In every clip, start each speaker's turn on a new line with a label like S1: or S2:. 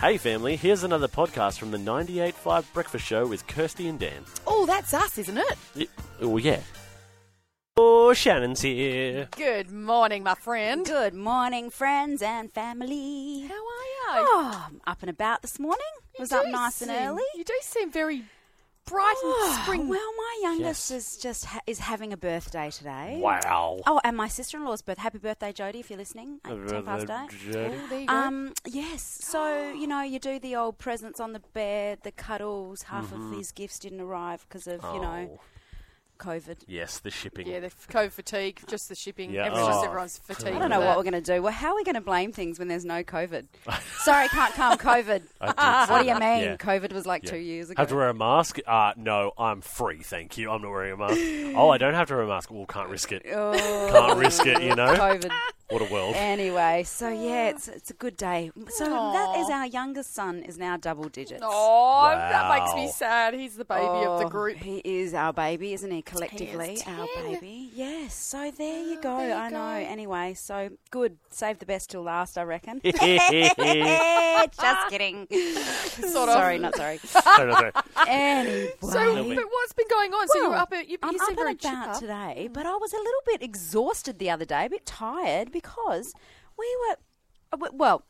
S1: Hey, family, here's another podcast from the 98.5 Breakfast Show with Kirsty and Dan.
S2: Oh, that's us, isn't it?
S1: Y- Oh, yeah. Oh, Shannon's here.
S2: Good morning, my friend.
S3: Good morning, friends and family.
S2: How are you?
S3: Oh, I'm up and about this morning.
S2: You
S3: Was
S2: do
S3: up nice and
S2: seem-
S3: early. Oh,
S2: You do seem very bright and spring.
S3: Well, my youngest
S1: Yes.
S3: is just ha- is having a birthday today.
S1: Wow.
S3: Oh, and my sister-in-law's birth. Happy birthday, Jodie, if you're listening. At ten past eight.
S2: Oh, there you go.
S3: Um, yes. So you know, you do the old presents on the bed, the cuddles. Half of his gifts didn't arrive because of you know
S1: Mm-hmm. Oh,
S3: COVID.
S1: Yes, the shipping.
S2: yeah, the f- COVID fatigue, just the shipping.
S1: Yeah.
S2: Everyone's, just
S1: Oh,
S2: everyone's fatigued.
S3: I don't know
S2: with
S3: what
S2: that.
S3: we're going to do. Well, how are we going to blame things when there's no COVID? Sorry, can't come. COVID. what do you mean? COVID was like two years ago.
S1: Have to wear a mask? Uh, no, I'm free, thank you. I'm not wearing a mask. oh, I don't have to wear a mask. Well, can't risk it.
S3: Oh,
S1: Can't risk it, you know? Oh.
S3: COVID.
S1: What a world.
S3: Anyway, so yeah, it's it's a good day. So that
S2: Aw.
S3: is our youngest son is now double digits.
S2: Oh, that makes me
S1: Wow.
S2: sad. He's the baby of the
S3: Oh,
S2: group.
S3: He is our baby, isn't he? Collectively, our
S2: 10.
S3: baby. Yes. So there you go.
S2: Ah, there you
S3: I
S2: go.
S3: know. Anyway, so good. Save the best till last, I reckon. Eh,
S1: Sorry,
S3: Just kidding.
S2: Sort of.
S3: sorry, not sorry.
S1: sorry.
S3: Anyway.
S2: So, but what's been going on? so you were
S3: Well,
S2: up at, you,
S3: I'm
S2: you seem
S3: up
S2: very
S3: and about
S2: chipper.
S3: today, but I was a little bit exhausted the other day, a bit tired because we were, uh, w- well,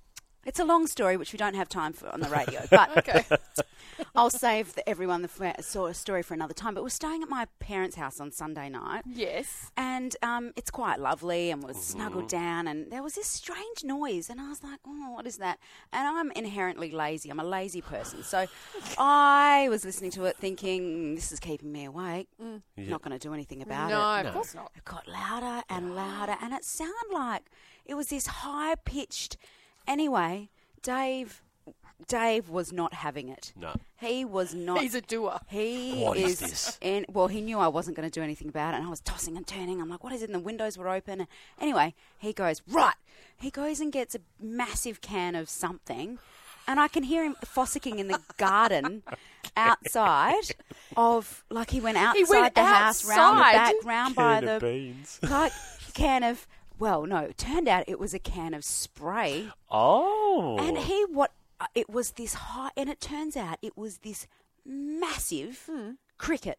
S3: it's a long story which we don't have time for on the radio, but
S2: Okay.
S3: I'll save the, everyone the fa- so- story for another time. But we're staying at my parents' house on Sunday night.
S2: yes.
S3: And um, it's quite lovely, and we snuggled down, and there was this strange noise, and I was like, "Oh, what is that?" And I'm inherently lazy; I'm a lazy person, so I was listening to it, thinking, "Mm, "This is keeping me awake. Mm, Not going to do anything about
S2: No,
S3: it."
S2: of course not.
S3: It got louder and louder, and it sounded like it was this high pitched. Anyway, Dave, Dave was not having it.
S1: No.
S3: he was not.
S2: He's a doer.
S3: He
S1: What is
S3: is
S1: this?
S3: And well, he knew I wasn't going to do anything about it, and I was tossing and turning. I'm like, "What is it?" And the windows were open. And anyway, he goes right. He goes and gets a massive can of something, and I can hear him fossicking in the garden outside of like he went outside
S2: He went
S3: the house, round the
S2: outside?
S3: back, round by
S1: Can of
S3: the
S1: beans.
S3: like can of. Well, no, it turned out it was a can of spray.
S1: Oh.
S3: And he what uh, it was this high, and it turns out it was this massive
S2: Hmm.
S3: cricket,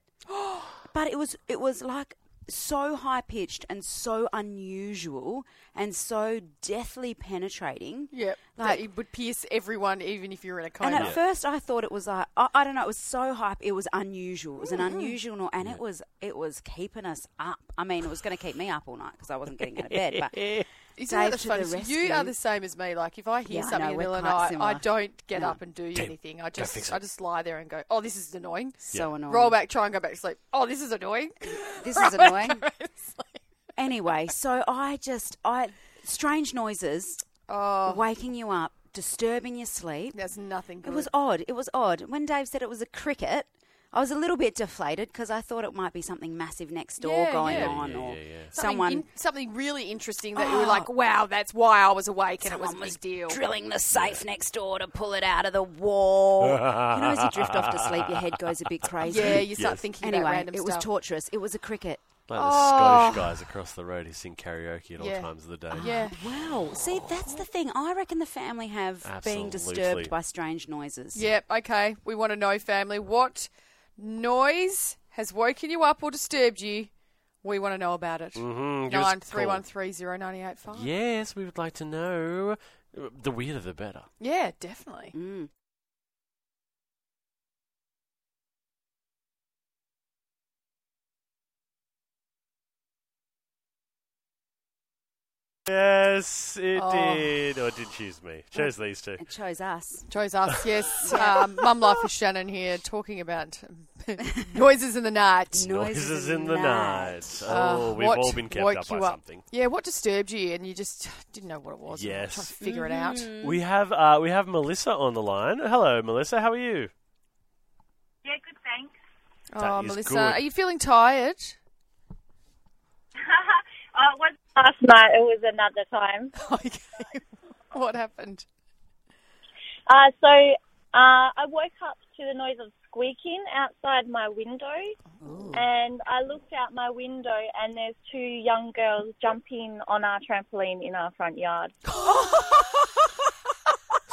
S3: but it was it was like so high pitched and so unusual and so deathly penetrating.
S2: Yeah. Like,
S3: Like-
S2: it would pierce everyone, even if you're in a coma.
S3: And at first, I thought it was like I, I don't know. It was so hype. It was unusual. It was an
S2: Mm-hmm.
S3: unusual, no- and it was it was keeping us up. I mean, it was going to keep me up all night because I wasn't getting out of bed. But
S2: Isn't that
S3: Dave
S2: the
S3: to the
S2: funny- so You are
S3: rescue.
S2: the same as me. Like if I hear
S3: Yeah, I
S2: something
S3: know,
S2: in the
S3: we're
S2: middle of the
S3: quite
S2: night, I
S3: similar.
S2: don't get up and do anything. I
S1: fix
S2: just
S1: it.
S2: I just lie there and go, oh, this is annoying.
S3: so annoying.
S2: Roll back, try and go back to sleep. Oh, this is annoying.
S3: This
S2: Roll
S3: is
S2: back,
S3: annoying.
S2: go back to sleep.
S3: Anyway, so I just I strange noises
S2: Oh,
S3: waking you up, disturbing your sleep.
S2: that's nothing. Good.
S3: It was odd. It was odd. When Dave said it was a cricket, I was a little bit deflated because I thought it might be something massive next door
S2: Yeah,
S3: going
S2: yeah.
S3: on
S1: Yeah,
S3: or
S1: yeah, yeah.
S2: something
S3: someone. Oh.
S2: in- something really interesting that you were like, wow, that's why I was awake and it was a
S3: Someone
S2: big
S3: was
S2: deal.
S3: drilling the safe next door to pull it out of the wall. you know, as you drift off to sleep, your head goes a bit crazy.
S2: yeah, you start thinking about
S3: Anyway,
S2: random
S3: it was
S2: stuff.
S3: torturous. It was a cricket.
S1: Like the
S3: Oh.
S1: Scottish guys across the road who sing karaoke at all
S2: Yeah.
S1: times of the day.
S2: yeah.
S3: Ah, Wow. See, that's the thing. I reckon the family have
S1: Absolutely.
S3: being disturbed by strange noises.
S2: Yep. Okay. We want to know, family, what noise has woken you up or disturbed you? We want to know about it.
S1: Mm, give us a
S2: Nine three one three zero ninety eight five.
S1: call. Yes, we would like to know. uh, The weirder, the better.
S2: Yeah, definitely.
S3: Mm.
S1: Yes, it
S2: Oh.
S1: did. Or it did choose me. Chose these two.
S3: It chose us.
S2: Chose us, yes. um, Mum Life with Shannon here talking about noises in the night.
S3: Noises
S1: Noises
S3: in
S1: in the
S3: the
S1: night. Oh,
S2: Uh,
S1: we've
S2: what
S1: all been kept
S2: woke
S1: up by
S2: you
S1: something.
S2: Yeah, what disturbed you and you just didn't know what it was. and
S1: Yes.
S2: Trying to figure it out.
S1: We have uh, we have Melissa on the line. Hello, Melissa. How are you?
S4: Yeah, good, thanks.
S2: Oh,
S1: That is
S2: Melissa,
S1: good.
S2: are you feeling tired?
S4: uh, it wasn't last night, it was another time.
S2: Okay. what happened?
S4: Uh, so uh, I woke up to the noise of squeaking outside my window,
S1: Oh.
S4: and I looked out my window, and there's two young girls jumping on our trampoline in our front yard.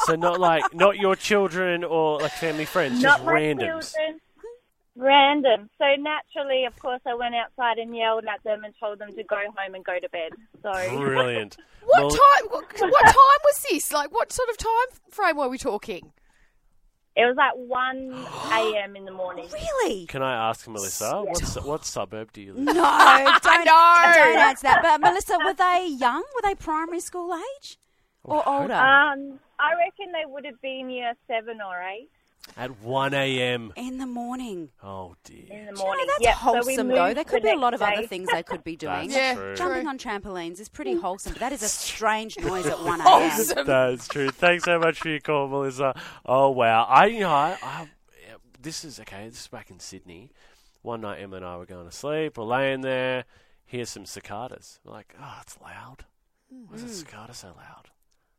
S1: So not like not your children or like family friends,
S4: Not
S1: just
S4: my
S1: randoms.
S4: children. Random. So naturally, of course, I went outside and yelled at them and told them to go home and go to bed. So
S1: Brilliant.
S2: What
S1: Mel-
S2: time? What, what time was this? Like, what sort of time frame were we talking?
S4: it was like 1 a.m. in the morning.
S3: Really?
S1: Can I ask Melissa what su- what suburb do you live? in?
S3: No, don't,
S2: I
S3: don't
S2: know.
S3: answer that. But Melissa, were they young? Were they primary school age or older?
S4: Um, I reckon they would have been year seven or eight
S1: At one a.m.
S3: in the morning.
S1: Oh
S4: in
S1: dear.
S4: the
S3: Do you know,
S4: morning.
S3: that's
S4: Yep, so we
S3: wholesome, though.
S4: moved
S3: There could
S4: the
S3: be a lot of
S4: next
S3: other
S4: day.
S3: things they could be doing.
S1: That's
S2: Yeah,
S1: true.
S3: Jumping on trampolines is pretty wholesome, but that is a strange noise at 1 a.m.
S2: Awesome.
S1: That's true. Thanks so much for your call, Melissa. Oh wow. I you know I, I yeah, this is okay. This is back in Sydney. One night Emma and I were going to sleep. We're laying there. Hear some cicadas. We're like, oh, it's loud. Why is a cicada so loud?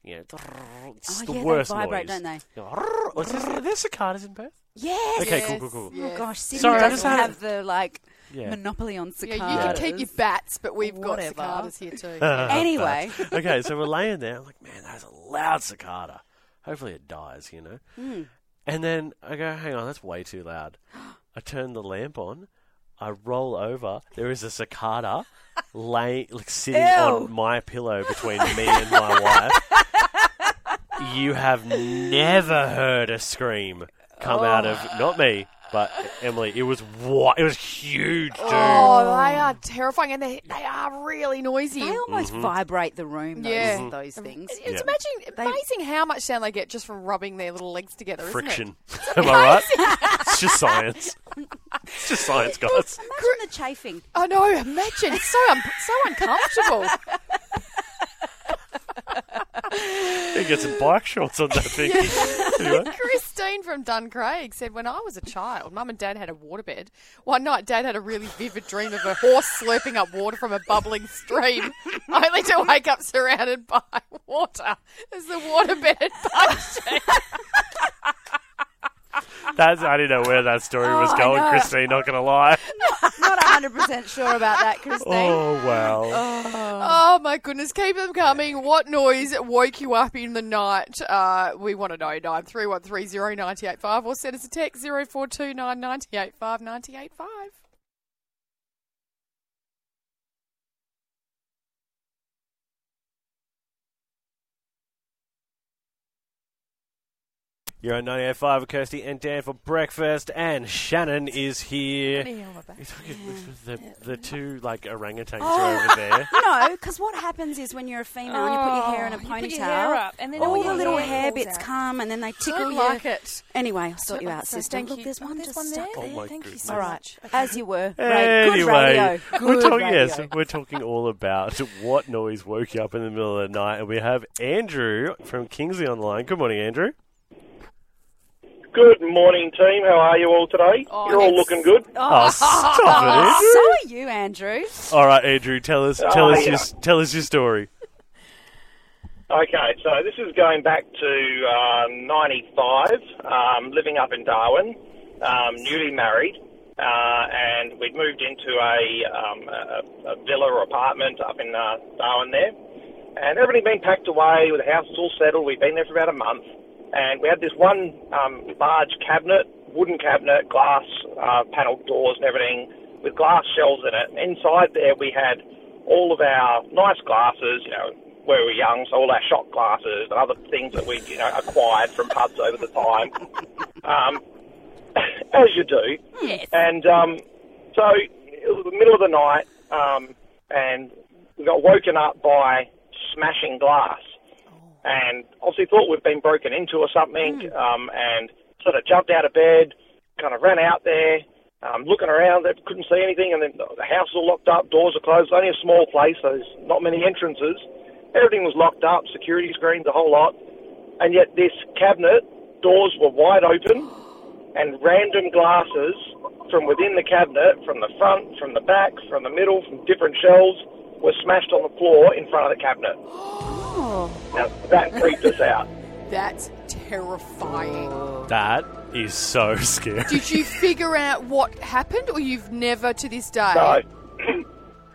S1: Yeah, it's
S3: Hmm. Oh,
S1: the
S3: yeah, they
S1: worst
S3: vibrate,
S1: noise.
S3: don't they?
S1: You're like, "What's this? Are there cicadas in Perth?
S3: Yes.
S1: Okay,
S2: Yes,
S1: cool, cool, cool.
S3: Oh,
S2: yes.
S3: gosh, Sydney
S1: Sorry, I
S3: doesn't
S1: just had a-
S3: have the, like,
S1: Yeah.
S3: monopoly on
S2: Yeah,
S3: cicadas.
S2: you can keep your bats, but we've got
S3: Whatever.
S2: cicadas here too.
S3: Anyway.
S1: okay, so we're laying there. I'm like, man, that was a loud cicada. Hopefully it dies, you know?
S3: Hmm.
S1: And then I go, hang on, that's way too loud. I turn the lamp on. I roll over. There is a cicada lay, like, sitting
S3: Ew.
S1: on my pillow between me and my wife. You have never heard a scream come out of, not me, but Emily. It was what? It was huge, dude.
S2: Oh, they are terrifying, and they, they are really noisy.
S3: They almost
S1: Mm-hmm.
S3: vibrate the room, those,
S2: Yeah. Mhm.
S3: those things.
S2: It's
S1: Yeah.
S2: imagine, amazing how much sound they get just from rubbing their little legs together. isn't it?
S1: friction. Am I right? It's just science. It's just science, guys.
S3: Imagine the chafing.
S2: I know. Imagine it's so un- so uncomfortable.
S1: You get some bike shorts on that thing. Anyway.
S2: Christine from Duncraig said, "When I was a child, Mum and Dad had a waterbed. One night, Dad had a really vivid dream of a horse slurping up water from a bubbling stream, only to wake up surrounded by water as the waterbed had punched him.
S1: That's I didn't know where that story was
S3: I
S1: going,
S3: know.
S1: Christine. Not gonna lie.
S3: Not 100% sure about that, Christine.
S1: Oh wow.
S2: Oh my goodness, keep them coming. What noise woke you up in the night? Uh, we want to know nine three one three zero ninety eight five or send us a text zero four two nine ninety eight five ninety eight five.
S1: You're on 98.5 with Kirsty and Dan for breakfast, and Shannon is here. It's like The, the two like orangutans are over there.
S3: No, because what happens is when you're a female and Oh, you put your
S2: Oh,
S3: hair in a
S5: You
S3: ponytail,
S5: put your hair up, and then
S3: all
S5: all
S3: your
S5: your
S3: little
S5: hair
S3: hair
S5: falls
S3: bits
S5: out.
S3: come and then they tickle
S2: Don't
S3: you.
S2: like it.
S3: Anyway, I'll sort you out,
S2: so
S3: sister.
S2: thank
S3: Look,
S2: you.
S3: there's one
S5: There's
S3: just
S5: one there.
S3: stuck.
S1: Oh my
S5: Thank you
S1: goodness.
S5: so
S3: All right,
S5: much.
S3: as you were. Great. Good
S1: Anyway,
S3: radio.
S1: we're
S3: Good
S1: talking.
S3: radio.
S1: Yes, we're talking all about what noise woke you up in the middle of the night, and we have Andrew from Kingsley on the line. Good morning, Andrew.
S6: Good morning, team. How are you all today?
S2: Oh,
S6: You're all
S2: it's-
S6: looking good.
S1: Oh, stop it, Andrew.
S3: So are you, Andrew.
S1: All right, Andrew, tell us tell
S6: Oh,
S1: us
S6: yeah.
S1: your tell us your story.
S6: Okay, so this is going back to uh, 95, um, living up in Darwin, um, newly married, uh, and we'd moved into a, um, a, a villa or apartment up in uh, Darwin there. And everything been packed away, the house was all settled, we'd been there for about a month, and we had this one um, large cabinet, wooden cabinet, glass uh, panelled doors and everything, with glass shelves in it. And inside there we had all of our nice glasses, you know, when we were young, so all our shot glasses and other things that we, you know, acquired from pubs over the time, um, as you do. Yes. And um, so it was the middle of the night, um, and we got woken up by smashing glass, and obviously thought we'd been broken into or something, um, and sort of jumped out of bed, kind of ran out there, um, looking around, they couldn't see anything, and then the house was all locked up, doors are closed, only a small place, so there's not many entrances. Everything was locked up, security screens, the whole lot, and yet this cabinet, doors were wide open, and random glasses from within the cabinet, from the front, from the back, from the middle, from different shelves, were smashed on the floor in front of the cabinet. Now, that creeped us out.
S2: That's terrifying.
S3: Oh.
S1: That is so scary.
S2: Did you figure out what happened, or you've never to this day?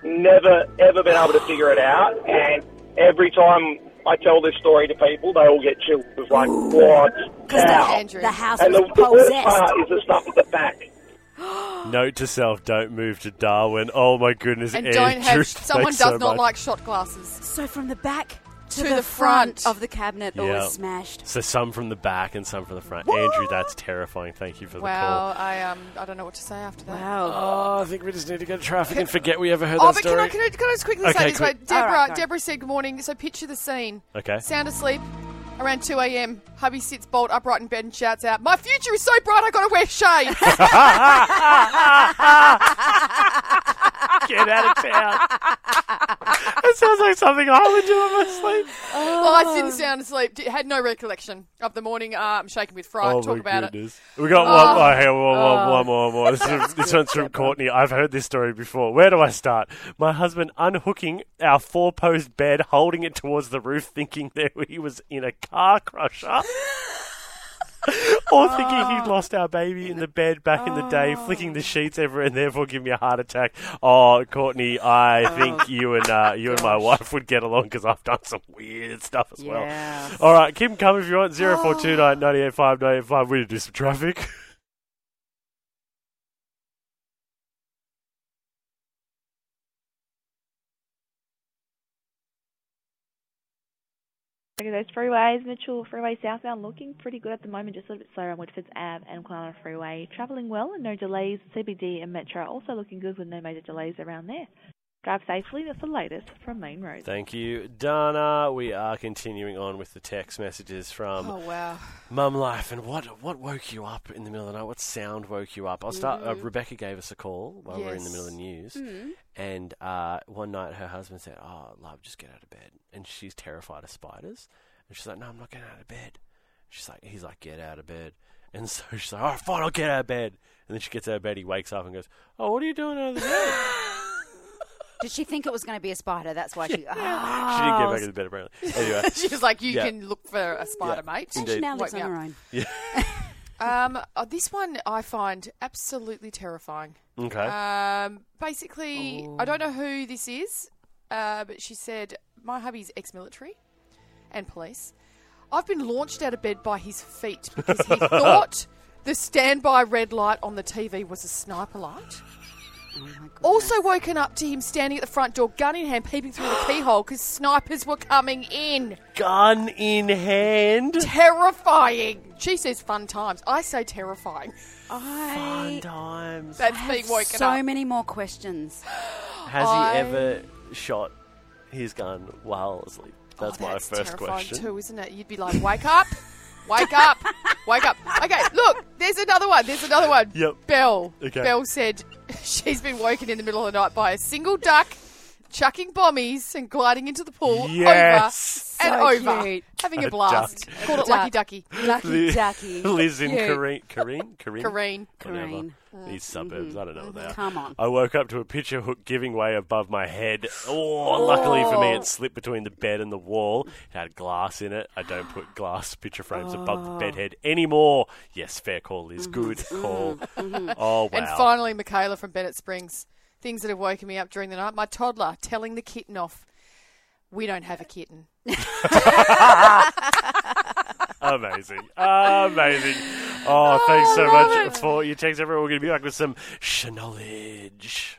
S6: No. Never, ever been able to figure it out. And every time I tell this story to people, they all get chilled. It's like, what?
S3: Because
S6: How?
S3: the,
S2: Andrew.
S3: the house
S6: And the,
S3: was
S6: the worst
S3: possessed.
S6: part is the stuff at the back.
S1: Note to self: Don't move to Darwin. Oh my goodness,
S2: And
S1: Andrew,
S2: don't have
S1: thanks
S2: someone does
S1: so
S2: not
S1: much.
S2: like shot glasses.
S3: So from the back to,
S2: To
S3: the,
S2: the
S3: front,
S2: front.
S3: of the cabinet,
S1: Yeah.
S3: always smashed.
S1: So some from the back and some from the front. Andrew, that's terrifying. Thank you for the
S2: Wow, I um, I don't know what to say after that.
S3: Wow.
S1: call. Oh, I think we just need to go to traffic and forget we ever heard
S2: Oh,
S1: that
S2: but
S1: story.
S2: can I, can I can I just quickly
S1: Okay,
S2: say this?
S1: quick.
S2: Wait, Deborah,
S3: All right, go.
S2: Deborah said good morning. So picture the scene.
S1: Okay.
S2: Sound asleep, around two a.m. Hubby sits bolt upright in bed and shouts out, "My future is so bright, I got to wear shades."
S1: Get out of town. that sounds like something I would do in my sleep.
S2: well, I didn't sound asleep. Did, had no recollection of the morning. Uh, I'm shaking with fright. Talk about it.
S1: Oh,
S2: Oh.
S1: We got one more here, one, one, one more, one more. This, is, this one's from Courtney. I've heard this story before. Where do I start? My husband unhooking our four post bed, holding it towards the roof, thinking that he was in a car crusher. or thinking he'd lost our baby in the bed back in the day, flicking the sheets everywhere and therefore giving me a heart attack. Oh, Courtney, I think you and uh, you and my wife would get along because I've done some weird stuff as
S3: Yes.
S1: well. All right, keep 'em coming if you want. Zero four two nine ninety eight five ninety eight five. We need to do some traffic.
S5: Okay, those freeways, Mitchell Freeway southbound looking pretty good at the moment, just a little bit slower on Woodford's Ave and Kwala Freeway. Travelling well and no delays, CBD and Metro also looking good with no major delays around there. Drive safely, that's the latest from Main Road.
S1: Thank you, Dana. We are continuing on with the text messages from
S2: Oh wow.
S1: Mum life and what what woke you up in the middle of the night? What sound woke you up? I'll start. Uh, Rebecca gave us a call while we were in the middle of the news, and uh, one night her husband said, "Oh, love, just get out of bed," and she's terrified of spiders, and she's like, "No, I'm not getting out of bed." She's like, "He's like, get out of bed," and so she's like, "All right, fine, I'll get out of bed." And then she gets out of bed. He wakes up and goes, "Oh, what are you doing out of the bed?"
S3: Did she think it was going to be a spider? That's why she. Ah.
S1: she didn't get back in the bed apparently. Anyway,
S2: She's like, you
S1: Yeah.
S2: can look for a spider, mate.
S3: And she now
S2: Wake
S3: lives on
S2: me
S3: her
S2: up.
S3: own.
S2: Um, oh, this one I find absolutely terrifying.
S1: okay.
S2: Um, basically, I don't
S3: Oh.
S2: know who this is, uh, but she said, My hubby's ex military and police. I've been launched out of bed by his feet because he thought the standby red light on the TV was a sniper light. Also woken up to him standing at the front door, gun in hand, peeping through the keyhole because snipers were coming in.
S1: Gun in hand.
S2: Terrifying. She says fun times. I say terrifying.
S3: Oh
S1: Fun
S3: I
S1: times.
S2: That's being
S3: have
S2: woken
S3: so
S2: up.
S3: many more questions.
S1: Has
S2: I-
S1: he ever shot his gun while asleep? That's
S2: Oh,
S1: my first
S2: terrifying
S1: question.
S2: Too, isn't it? You'd be like, wake up, wake up, wake up. Okay, look, there's another one. There's another one.
S1: Yep.
S2: Belle.
S1: Okay.
S2: Belle said she's been woken in the middle of the night by a single duck. Chucking bombies and gliding into the pool
S1: Yes.
S2: over
S3: So
S2: and over,
S3: cute.
S2: having a,
S1: A
S2: blast.
S1: duck.
S2: Called it
S3: Duck.
S2: Lucky Ducky.
S3: Lucky
S1: Li-
S3: ducky.
S1: Liz in
S3: Cute.
S1: Kareen, Kareen, Kareen,
S2: Corrine.
S1: Whatever.
S3: Kareen.
S1: These suburbs, I don't
S2: mm-hmm.
S1: know what they are.
S3: Come on.
S1: I woke up to a picture hook giving way above my head. Oh, luckily for me, it slipped between the bed and the wall. It had glass in it. I don't put glass picture frames above
S2: Oh.
S1: the bed head anymore. Yes, fair call, Liz. Good call.
S3: Mm-hmm.
S1: Oh, wow.
S2: Mm-hmm. And finally, Michaela from Bennett Springs. Things that have woken me up during the night. My toddler telling the kitten off. We don't have a kitten.
S1: Uh, Amazing. Amazing. Oh, thanks so much for your text, everyone. We're going to be back with some sh knowledge.